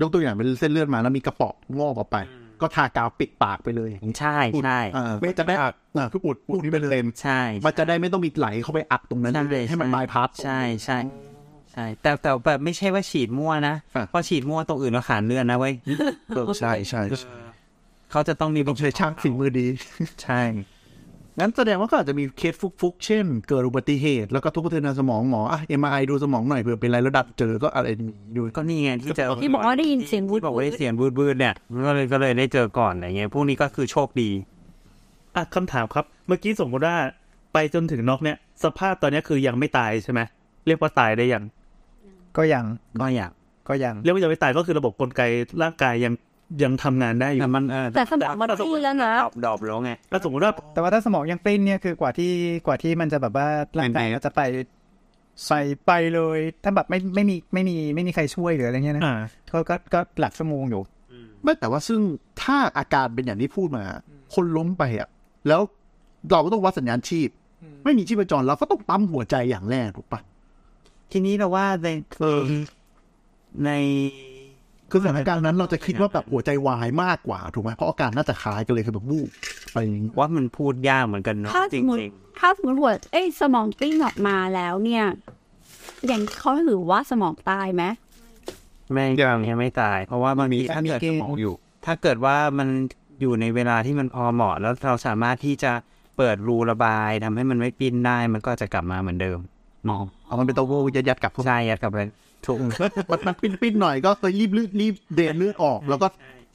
[SPEAKER 4] ยกตัวอย่างเป็นเส้นเลือดมาแล้วมีกระเป๋องอกออกไป ก็ทากาวปิดปากไปเลย
[SPEAKER 3] ใช่ใช่
[SPEAKER 4] เออ
[SPEAKER 2] ไม่จะได้อัก
[SPEAKER 4] อ่ะคืออุด
[SPEAKER 2] พูดนี้เป็นเลน
[SPEAKER 3] ใช่
[SPEAKER 4] มันจะได้ไม่ต้องมีไหลเข้าไปอักตรงนั้น
[SPEAKER 3] นั่นเลย
[SPEAKER 4] ให้มัน
[SPEAKER 3] ช่
[SPEAKER 4] บายพาส
[SPEAKER 3] ใช่ใช่ใช่ แต่แต่แบบไม่ใช่ว่าฉีดมั่วนะ
[SPEAKER 4] อ่ะ
[SPEAKER 3] เพราะฉีดมั่วตรงอื่นก็ขาดเลือดนะเว้ย
[SPEAKER 4] ใช่ใช่ใช่
[SPEAKER 3] เขาจะต้องมี
[SPEAKER 4] ต้องใช้ช่างฝีมือดี
[SPEAKER 3] ใช่
[SPEAKER 4] งั้นแสดงว่าก็อาจจะมีเคสฟุกๆ เช่น เกิดอุบัติเหตุ แล้วก็ทุบกระเทือนทางสมองหมออ่ะเอ็มไอดูสมองหน่อยเผื่อเป็นอะไรแล้วดัดเจอก็อะไรมีด้วย
[SPEAKER 3] ก็นี่ไงที่เจอ
[SPEAKER 5] ที่บอกว่าได้ยินเสียงวูด
[SPEAKER 3] ที่บอกว่าได้เสียงบูดบูดเนี่ยก็เลยก็เลยได้เจอก่อนอะไรเงี้ยพวกนี้ก็คือโชคดี
[SPEAKER 7] อ่ะคำถามครับ เมื่อกี้สมมติว่าไปจนถึงนอกเนี่ย สภาพตอนเนี้ยคือยังไม่ตายใช่ไหมเรียกว่าตายได้ยัง
[SPEAKER 6] ก็ยัง
[SPEAKER 3] ก็อยาก
[SPEAKER 6] ก็ยัง
[SPEAKER 7] เรียกว่ายังไม่ตายก็คือระบบกลไกร่างกายยังยังทำงานได้อยู่
[SPEAKER 3] แต่มันเออ
[SPEAKER 5] แต่สมองมันตีแล้วนะ
[SPEAKER 3] ดอบดอบแล้วไง
[SPEAKER 7] ถ้าสมมติว่า
[SPEAKER 6] แต่ว่าถ้าสมองยังปลิ้นเนี่ยคือกว่าที่กว่าที่มันจะแบบว่าร่างกาย
[SPEAKER 3] ไปไหน
[SPEAKER 6] ก็จะไปใส่ไปเลย ถ้าแบบไม่ไม่มีไม่มีไม่มีใครช่วยหรืออะไรเงี้ยนะ
[SPEAKER 7] อ่า
[SPEAKER 6] เขาก็ก็หลักชั่วโมงอยู่
[SPEAKER 4] ไม่แต่ว่าซึ่งถ้าอาการเป็นอย่างที่พูดมา คนล้มไปอ่ะ แล้วเราก็ต้องวัดสัญญาณชีพ ไม่มีชีพจรเราก็ต้องปั๊มหัวใจอย่างแรกถูกปะ
[SPEAKER 3] ทีนี้เราว่าในใน
[SPEAKER 4] คือสถานการณ์นั้นเราจะคิดว่าแบบหัวใจวายมากกว่าถูกไหมเพราะอาการน่าจะคล้ายกันเลยคือแบบวูบอะไรอย่างนี้
[SPEAKER 3] ว่ามันพูดยากเหมือนกันเนาะ
[SPEAKER 5] ถ้าส
[SPEAKER 3] จริ
[SPEAKER 5] มมติ
[SPEAKER 3] ง
[SPEAKER 5] ถ้าสมมติหัวเอ้ยสมองกลิ้งออกมาแล้วเนี่ย อย่างเขาถือว่าสมองตายไหม
[SPEAKER 3] ๆไม่ยังยังไม่ตาย เพราะว่ามันมีถ้าเกิด
[SPEAKER 2] สมองอยู่
[SPEAKER 3] ถ้าเกิดว่ามันอยู่ในเวลาที่มันพอเหมาะ แล้วเราสามารถที่จะเปิดรูระบายทำให้มันไม่ปิ้นได้มันก็จะกลับมาเหมือนเดิมมอง
[SPEAKER 4] เอามันเป็นตัวยัดยัดๆกลับเข้าไป
[SPEAKER 3] ใช่ยัดกลับไปถูก
[SPEAKER 4] มันมันปิ้นปิ้นหน่อยก็เลยรีบเลือดรีบเดนเลือดออก แล้วก็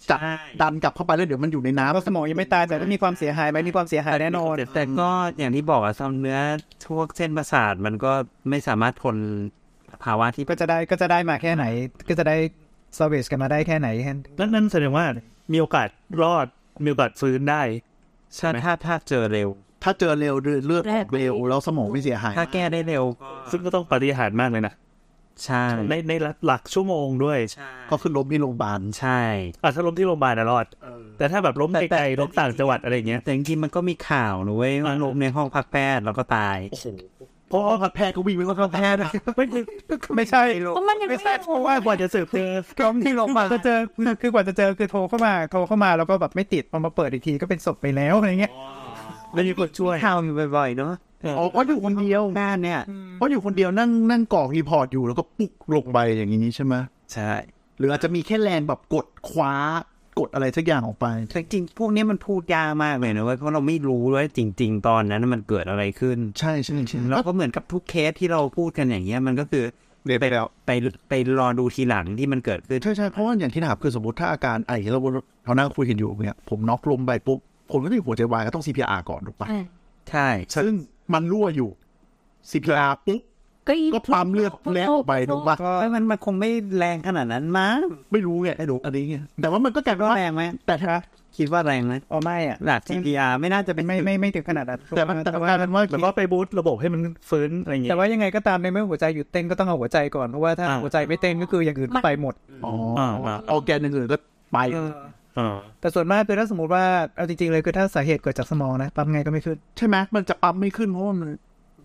[SPEAKER 4] จับ
[SPEAKER 3] ใช่
[SPEAKER 4] ดันกลับเข้าไปแล้วเดี๋ยวมันอยู่ในน้ำ
[SPEAKER 6] ก็สมองยังไม่ตายแต่ก็มีความเสียหายไหมมีความเสียหายแน่นอน
[SPEAKER 3] แต่ก็อย่างที่บอกอะซ้ำเนื้อทวกเส้นประสาทมันก็ไม่สามารถทนภาวะที่
[SPEAKER 6] ก็จะได้ก็จะได้มาแค่ไหน ก็จะได้เซอร์วิสกันมาได้แค่ไหนแค่นั้น
[SPEAKER 7] นั่นนั่นแสดงว่ามีโอกาสรอดมีโอกาสฟื้นได้
[SPEAKER 3] ถ้าถ้าถ้าเจอเร็ว
[SPEAKER 4] ถ้าเจอเร็วเรือดเลือดออกเร็วแล้วสมองไม่เสียหาย
[SPEAKER 3] ถ้าแก้ได้เร็วก็
[SPEAKER 7] ซึ่งก็ต้องปาฏิหารย์มากเลยนะ
[SPEAKER 3] ใช่
[SPEAKER 7] ในในหลักชั่วโมงด้วย
[SPEAKER 3] ใช่
[SPEAKER 4] ก็ขึ้นล้มที่โรงพยาบาล
[SPEAKER 3] ใช่
[SPEAKER 7] อ่ะถ้าล้มที่โรงพยาบาลนะรอด แต่ถ้าแบบล้มไกลๆล้มต่างจังหวัดอะไรอย่างเงี้ย
[SPEAKER 3] แต่จริงๆมันก็มีข่าวนะเว้ยว่า
[SPEAKER 7] อ่า
[SPEAKER 3] ลมในห้องพักแพทย์แล้วก็ตาย
[SPEAKER 4] เพราะว่าแพทย์ก็วิ่งไปก็แพทย์นะ
[SPEAKER 7] ไม่คือ
[SPEAKER 6] ไม่ใช่
[SPEAKER 5] เพราะมันยังไม่ได้
[SPEAKER 6] เพราะว่ากว่าจะสืบเจอล้มที่ลงมาจะเจอคือคือกว่าจะเจอคือโทรเข้ามาโทรเข้ามาแล้วก็แบบไม่ติดพอมาเปิดอีกทีก็เป็นศพไปแล้วอะไรเงี้ย
[SPEAKER 7] ไม่มีคนช่วย
[SPEAKER 3] ข่าวมีบ่อยๆเนาะ
[SPEAKER 4] อ๋อเพราะอยู่คนเดียว
[SPEAKER 3] แพทย์เนี่ย
[SPEAKER 4] เพราะอยู่คนเดียวนั่งนั่งกรอกรีพอร์ตอยู่แล้วก็ปุ๊กลงไปอย่างนี้ใช่ไหม
[SPEAKER 3] ใช่
[SPEAKER 4] หรืออาจจะมีแค่แรงแบบกดคว้ากดอะไรสักอย่างออกไป
[SPEAKER 3] แต่จริงๆพวกเนี้ยมันพูดยากมากเลยนะเว้ยเพราะเราไม่รู้ด้วยจริง ๆ ตอนนั้นมันเกิดอะไรขึ้น
[SPEAKER 4] ใช่ใช่ใช่
[SPEAKER 3] แล้ว
[SPEAKER 4] แล้ว
[SPEAKER 3] ก็เหมือนกับทุกเคสที่เราพูดกันอย่างเงี้ยมันก็คือ
[SPEAKER 2] เรียนไปแล้ว
[SPEAKER 3] ไปไปรอดูทีหลังที่มันเกิดขึ้น
[SPEAKER 4] ใช่ใช่เพราะว่าอย่างที่ถามคือสมมติถ้าอาการไอเราเรานั่งคุยกันอยู่เนี่ยผมน็อกลมไปปุ๊บคนก็จะหัวใจวายก็ต้อง CPR ก่อนถูกปะ
[SPEAKER 3] ใช่
[SPEAKER 4] ซึ่งมันรั่วอยู่ CPR ปุ๊บ
[SPEAKER 5] ก็อี
[SPEAKER 4] ก็ปั๊มเลือดแลกออกไปถูกปะ
[SPEAKER 3] เอ้ยมันมันคงไม่แรงขนาดนั้นมั้ง
[SPEAKER 4] ไม่รู้ไงไอ้หนูอันนี้ไงแต่ว่ามันก็กลายเป็นว่า
[SPEAKER 3] แรงไหม
[SPEAKER 4] แต่ถ้า
[SPEAKER 3] คิดว่าแรงไหม
[SPEAKER 6] อ๋อไม่อ่ะ
[SPEAKER 3] หลัก CPR ไม่น่าจะเป็น
[SPEAKER 6] ไม่ไม่ไม่ถึงขนาดนั้น
[SPEAKER 4] แต่มันแต่ว่ากลายเป็นว่า
[SPEAKER 7] แล้วก็ไปบูตระบบให้มันฟื้นอะไรอย่างเงี้
[SPEAKER 6] แต่
[SPEAKER 7] ย
[SPEAKER 6] ว่ายังไงก็ตามในเมื่อหัวใจหยุดเต้นก็ต้องเอาหัวใจก่อนเพราะว่าถ้า
[SPEAKER 7] อ่า
[SPEAKER 6] หัวใจไม่เต้นก็คืออย่างอื่นไปหมด
[SPEAKER 4] อ๋อ
[SPEAKER 7] อ่าอ่า
[SPEAKER 4] เอาแกนอย่างอื่นก็ไป
[SPEAKER 7] อ่า
[SPEAKER 6] แต่ส่วนมากคือถ้าสมมติว่าเอาจริงๆเลยคือถ้าสาเหตุเกิดจากสมองนะปั๊มไงก็ไม่ขึ้น
[SPEAKER 4] ใช่ไหมมันจะปั๊มไม่ขึ้นเพราะว่ามัน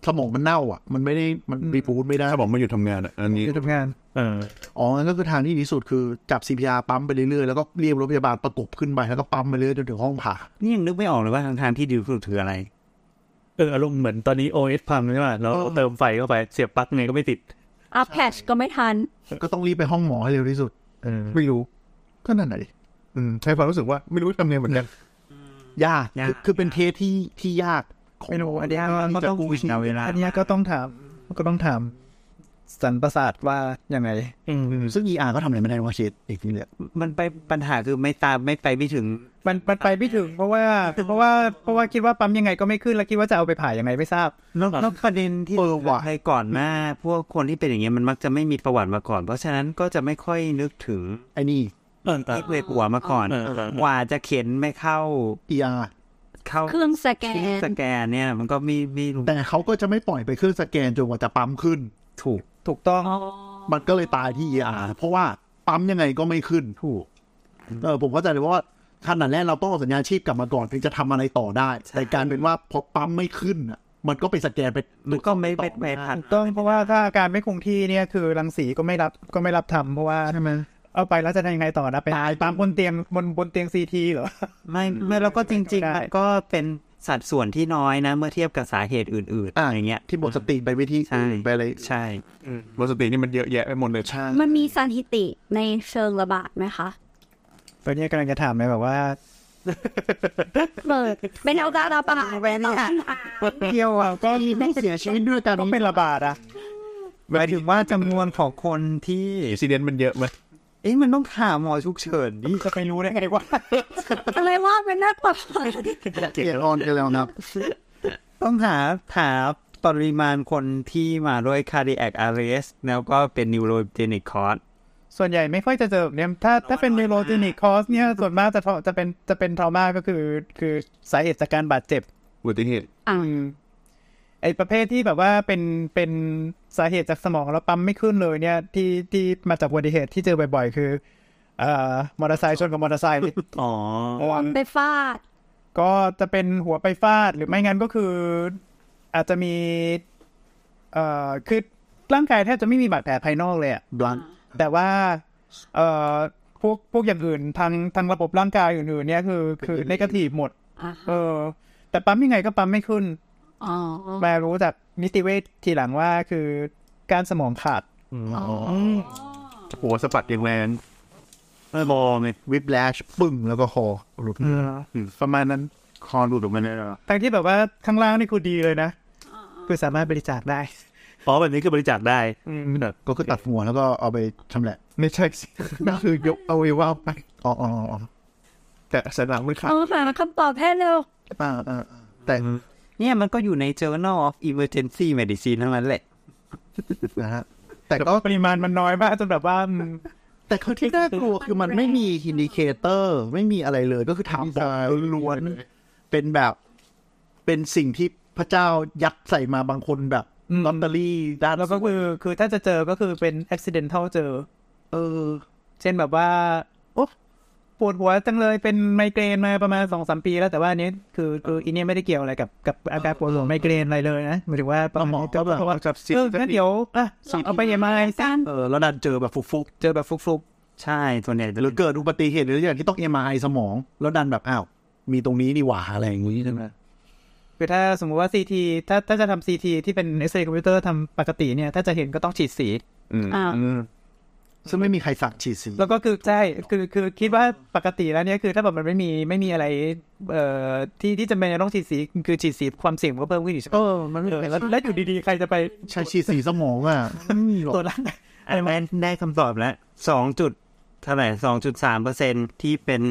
[SPEAKER 4] สมองมันเน่าอ่ะ มันไม่ได้มัน
[SPEAKER 6] อืม
[SPEAKER 4] รีบูทไม่ได้
[SPEAKER 2] ถ้าบอกมาอยู่ทำงานอะอันนี้
[SPEAKER 6] คือทำงาน
[SPEAKER 7] เออ
[SPEAKER 4] อ๋องั้นก็คือทางที่ดีที่สุดคือจับ CPR ปั๊มไปเรื่อยๆแล้วก็เรียกรถพยาบาลประกบขึ้นไปแล้วก็ปั๊มไปเรื่อยจนถึงห้องผ่า
[SPEAKER 3] นี่ยังนึกไม่ออกเลยว่าทางทางที่ดีที่สุดคืออะไร
[SPEAKER 7] เอออารมณ์เหมือนตอนนี้ OS พังใช่ป่ะแล้วเติมไฟเข้าไปเสียบปลั๊กไงก็ไม่ติด
[SPEAKER 5] อัพแพชก็ไม่ทัน
[SPEAKER 4] ก็ต้องรีบไปห้องหมอให้เร็วที่สุด
[SPEAKER 7] เออ
[SPEAKER 2] ไม่รู้
[SPEAKER 4] ก็นั่นแหละดิ
[SPEAKER 2] อืมใช้ความรู้สึกว่าไม่รู้ทำไงเหมือนกัน
[SPEAKER 4] ยาก
[SPEAKER 3] ยาก
[SPEAKER 4] คือคือเป็นเทสที่ที่ยากของ
[SPEAKER 6] ไม่รู้อันนี้ก็
[SPEAKER 4] ที่
[SPEAKER 6] ก็
[SPEAKER 4] จะ
[SPEAKER 6] ต้อง
[SPEAKER 4] กู้ชีพ
[SPEAKER 3] เอาเวลา
[SPEAKER 6] อันเนี้ยก็ต้องถามก็ต้องถามสันประสาทว่ายังไง
[SPEAKER 7] อืม
[SPEAKER 4] ซึ่ง ER ก็ทำอะไรไม่ได้นะว่าเชดเอกนี่แหละ
[SPEAKER 3] มันไปปัญหาคือไม่ตามไม่ไปไม่ถึง
[SPEAKER 6] มันมันไปไม่ถึงเพราะว่าเพราะว่าเพราะว่าคิดว่าปั๊มยังไงก็ไม่ขึ้นแล้วคิดว่าจะเอาไปผ่ายังไงไม่ทราบ
[SPEAKER 3] นอกนอกประเด็นที่ใครก่อนหน้าพวกคนที่เป็นอย่างเงี้ยมันมักจะไม่มีประวัติมาก่อน เพราะฉะนั้นก็จะไม่ค่อยนึกถึง
[SPEAKER 4] ไอ้นี่
[SPEAKER 7] เออแต่
[SPEAKER 3] ที่เวหัวมาก่อน
[SPEAKER 7] เออเออ
[SPEAKER 3] กว่าจะเข็นไม่เข้า
[SPEAKER 4] ER
[SPEAKER 3] เข้า
[SPEAKER 5] เครื่องสแกน
[SPEAKER 3] สแกนเนี่ย มันก็มีมีรู้
[SPEAKER 4] แต่เขาก็จะไม่ปล่อยไปเครื่องสแกนจนกว่าจะปั๊มขึ้น
[SPEAKER 3] ถูก
[SPEAKER 6] ถูกต้อง
[SPEAKER 4] มันก็เลยตายที่ ER เพราะว่าปั๊มยังไงก็ไม่ขึ้นถูกเออผมเข้าใจเลยว่าขั้นตอนแรกเราต้องเอาสัญญาณชีพกลับมาก่อนถึงจะทำอะไรต่อได้
[SPEAKER 3] ใช่
[SPEAKER 4] แต่การเป็นว่าพอปั๊มไม่ขึ้นอ่ะ มันก็ไปสแกนไป
[SPEAKER 3] มันก็ไม่ไม่ไม่ผ่าน
[SPEAKER 6] ถูกต้องเพราะว่าถ้าอาการไม่คงที่เนี่ยคือรังสีก็ไม่รับก็ไม่รับทำเพราะว่า
[SPEAKER 4] ใช่ไหม
[SPEAKER 6] เอาไปแล้วจะทำยังไงต่อนะไป
[SPEAKER 4] ตาย
[SPEAKER 6] ตามบนเตียงบนบนเตียงซีทีเหรอ
[SPEAKER 3] ไม่ไม่แล้วก็จริง
[SPEAKER 6] ได้
[SPEAKER 3] ๆมันก็เป็นสัดส่วนที่น้อยนะ เมื่อเทียบกับสาเหตุอื่นๆอะไรเงี้ย
[SPEAKER 4] ที่หมดสติไปวิธี
[SPEAKER 3] ใช่
[SPEAKER 4] ไปอะไร
[SPEAKER 3] ใช่
[SPEAKER 2] บนสตินี่มันเยอะแยะไปหมดเลย
[SPEAKER 4] ใช่
[SPEAKER 5] มันมีสถิติในเชิงระบาดไหมคะ
[SPEAKER 6] ตอนนี้กำลังจะถามเลยแบบว่า
[SPEAKER 5] เปิดเป็นเอาการระบาดเป็นเนี่ย
[SPEAKER 6] เที่ยวอ่ะก็
[SPEAKER 4] ไม่เสียชีวิตด้วยการ
[SPEAKER 6] ก็ เป็นระบาดอ่ะ
[SPEAKER 3] หมายถึงว่าจำนวนของคนที่
[SPEAKER 2] ซีเดนมันเยอะไหม
[SPEAKER 3] เอ๊ะมันต้องหาหมอฉุกเฉินดิ
[SPEAKER 6] จะไปรู้ได้ไงว่า
[SPEAKER 5] อะไรว่ามันน่าปลอดภัย
[SPEAKER 4] เกียร์ออนกันแล้วนะครับ
[SPEAKER 3] ต้องหาหาปริมาณคนที่มาด้วย cardiac arrest แล้วก็เป็น neurogenic cause
[SPEAKER 6] ส่วนใหญ่ไม่ค่อยจะเจอแบบเนี่ยถ้าถ้าเป็น
[SPEAKER 3] น้
[SPEAKER 6] เน
[SPEAKER 3] อยมาก
[SPEAKER 6] โรจินิกคอสเนี่ยส่วนมากจะจะเป็นจะเป็นทรามาก็คือคือสาเหตุจากการบาดเจ็บ
[SPEAKER 2] อุบัติเหตุ
[SPEAKER 5] อ่ะ
[SPEAKER 6] ไอประเภทที่แบบว่าเป็นเป็นสาเหตุจากสมองแล้วปั๊มไม่ขึ้นเลยเนี่ยที่ที่มาจากอุบัติเหตุที่เจอบ่อยๆ คือเอ่อมอเตอร์ไซค์ชนกับมอเตอร์ไซ ค์
[SPEAKER 3] อ๋อ
[SPEAKER 5] ไปฟาด
[SPEAKER 6] ก็จะเป็นหัวไปฟาดหรือไม่งั้นก็คือ อาจจะมีเอ่อคือร่างกายแทบจะไม่มีบาดแผลภายนอกเลยอะ
[SPEAKER 4] blunt
[SPEAKER 6] แต่ว่าเอ่อพวกพวกอย่างอื่นทางทางระบบร่างกายอื่นๆเนี่ยคือคือในกาทีหมด
[SPEAKER 5] อ่ะ
[SPEAKER 6] เออ แต่ปั๊มยังไงก็ปั๊มไม่ขึ้น
[SPEAKER 5] อ๋อ
[SPEAKER 6] มารู้จากนิติเวชทีหลังว่าคือการสมองขาด
[SPEAKER 2] โหสะบัดอย่างแรง
[SPEAKER 7] ไม่บอลไง
[SPEAKER 4] วิบแลชปึ้งแล้วก็คอหลุด
[SPEAKER 2] ประมาณนั้น
[SPEAKER 4] คอหลุดออกมาเนี่ยเหรอ
[SPEAKER 6] ทั้งที่แบบว่าข้างล่างนี่คือดีเลยนะ คือสามารถบริจาคได้
[SPEAKER 7] อ๋อแบบนี้คือบริจาคได้
[SPEAKER 4] ก็คือตัดหัวแล้วก็เอาไปชำแหละ
[SPEAKER 2] ไม่ใช่ สิก็คือยกเอาไว้ว่าไป
[SPEAKER 4] อ๋ออ๋ออ๋อ
[SPEAKER 2] แต่สันหลังมันขาด
[SPEAKER 5] เอาหาคำตอบให้เร็ว
[SPEAKER 4] อ่าอ่าแต่
[SPEAKER 3] เนี่ยมันก็อยู่ใน Journal of Emergency Medicine ทั้งนั้นแหละ
[SPEAKER 4] นะฮะ แต่ก็
[SPEAKER 6] ปริมาณมันน้อยมากจนแบบว่ามัน
[SPEAKER 4] แต่คือที่น่ากลัวคือมันไม่มีอินดิเคเตอร์ ไม่มีอะไรเลยก็คือถามบอลล้วนๆเป็นแบบ เป็นสิ่งที่พระเจ้ายัดใส่มาบางคนแบบลอตเตอรี่ด้าน
[SPEAKER 6] แล้วก็คือคือถ้าจะเจอก็คือเป็น accidental เจอ
[SPEAKER 4] เออ
[SPEAKER 6] เช่นแบบว่า โอ้ปวดหัวจังเลยเป็นไมเกรนมาประมาณสองสามปีแล้วแต่ว่าอันนี้คือคืออันนี้ไม่ได้เกี่ยวอะไรกับกับอาการปวดหัวไมเกรนอะไรเลยนะหมายถึงว่าประมาณ
[SPEAKER 4] ก็แบบ
[SPEAKER 6] เพราะว่าเอองั้นเดี๋ยวอ่ะเอาไปเอ็มไอซะ
[SPEAKER 4] เออ แล้วดันเจอแบบฟุก
[SPEAKER 6] เจอแบบฟุกๆ
[SPEAKER 3] ใช่ส่วนใหญ่จะ
[SPEAKER 4] ๆหรือเกิดอุบัติเหตุหรืออย่างที่ต้องเอ็มไอสมอง แล้วดันแบบอ้าวมีตรงนี้นี่หว่าอะไรอย่างงี้ใช่ไหม
[SPEAKER 6] คือถ้าสมมุติว่าซีทีถ้าถ้าจะทำซีทีที่เป็นเอ็กซเรย์คอมพิวเตอร์ทำปกติเนี่ย ถ้าจะเห็นก็ต้องฉีดสี
[SPEAKER 5] อ่า
[SPEAKER 4] ซึ่งไม่มีใครสั่งฉีดสี
[SPEAKER 6] แล้วก็คือใช่ คือคือคิดว่าปกติแล้วเนี่ยคือถ้าแบบมันไม่มีไม่มีอะไรเอ่อที่ที่จะเป็นจะต้องฉีดสี คือฉีดสีความเสี่ยงมันก็เพิ่มขึ้นอีกใช่ไหม
[SPEAKER 4] เออ มันไม่
[SPEAKER 6] เออแล้วแล้วอยู่ดีๆ ใครจะไป
[SPEAKER 4] ใช้ฉีดสีสมองอ่ะไม่มีหรอก
[SPEAKER 6] ตรวจร่างกาย
[SPEAKER 3] อันนั้นได้คำตอบแล้วสองจุดเท่าไหร่สองจุดสามเปอร์เซ็นที่เป็น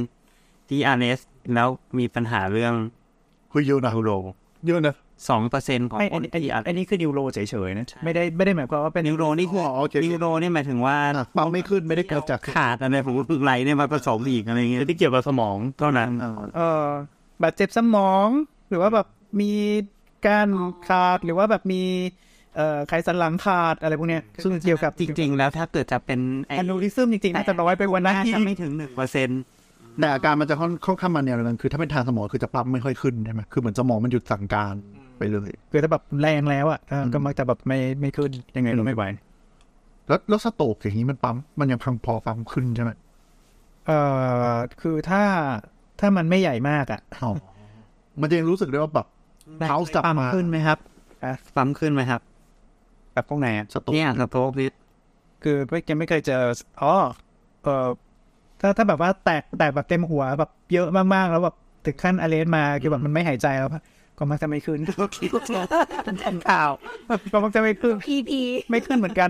[SPEAKER 3] ที่ RS แล้วมีปัญหาเรื่อง
[SPEAKER 4] คุยเยอะนะคุโร
[SPEAKER 2] เยอะนะ
[SPEAKER 3] สองเปอร์เซ็นของ
[SPEAKER 6] ไม่
[SPEAKER 3] ค
[SPEAKER 6] อั
[SPEAKER 3] น
[SPEAKER 6] นนี้อัน
[SPEAKER 3] ที่ RS
[SPEAKER 6] นี้อันนี้คือนิวโรเฉยๆนะ ไม่ได้ไม่ได้หมายความว่าเป็น
[SPEAKER 3] นิวโรนี่คือ
[SPEAKER 4] อ๋อโอเค
[SPEAKER 3] นิวโรนี่หมายถึงว่า
[SPEAKER 4] อ่ะเป่าไม่ขึ้นไม่ได้เกิดจาก
[SPEAKER 3] ขาดอะไรของไหลเนี่ยมาผสมอีกอะไรเงี้ย
[SPEAKER 7] ที่เกี่ยวกับสมองเท่านั้น
[SPEAKER 6] เอ่อบาดเจ็บสมอง หรือว่าแบบมีการขาดหรือว่าแบบมีเอ่อไขสันหลังขาดอะไรพวกเนี้ยซึ่งเกี่ยวกับ
[SPEAKER 3] จริง ๆ แล้วถ้าเกิดจะเป็นไอ้
[SPEAKER 6] แอนนูริซึมจริงๆน่าจะน้อยไปกว่านั้น
[SPEAKER 3] น่า
[SPEAKER 6] อีก
[SPEAKER 3] จะไม่ถึงหนึ่งเปอร์เซ็น
[SPEAKER 4] แต่อาการมันจะค่อนค่อนข้างมาแนวเดียวกันคือถ้าเป็นทางสมองคือจะปั๊มไม่ค่อยขึ้นใช่ไหมคือเหมือนสมองมันหยุดสั่งการไปเลย
[SPEAKER 6] คือถ้าแบบแรงแล้วอ่ะเอออ
[SPEAKER 4] ม
[SPEAKER 6] ก็มักจะแบบไม่ไม่ขึ้นยังไงเราไม่ไหว
[SPEAKER 4] แล้วแล้วสโตรกอย่างนี้มันปั๊มมันยังพังพอปั๊มขึ้นใช่ไหม
[SPEAKER 6] เอ่อคือถ้าถ้ามันไม่ใหญ่มากอ่ะ
[SPEAKER 4] อ้าวมันจะยังรู้สึกได้ว่าแบบ
[SPEAKER 3] ได้
[SPEAKER 4] เท้าจับ
[SPEAKER 3] ปั๊ม
[SPEAKER 4] มา
[SPEAKER 3] ขึ้นไหมครับปั๊มขึ้นไหมครับ
[SPEAKER 6] แบบพวกไหนอ่ะ
[SPEAKER 4] สโตรก
[SPEAKER 3] เนี่ยสโตรกนิด
[SPEAKER 6] คือไม่ยังไม่เคยเจออ๋อเอ่อถ้าถ้าแบบว่าแตกแตกแบบเต็มหัวแบบเยอะมากๆ แล้วแบบถึงขั้นอะเลนมาคือแบบมันไม่หายใจแล้วอะก็มักจะไม่ ขึ้นข่าวก็มักจะไม่ขึ้น
[SPEAKER 5] PP
[SPEAKER 6] ไม่ขึ้นเหมือนกัน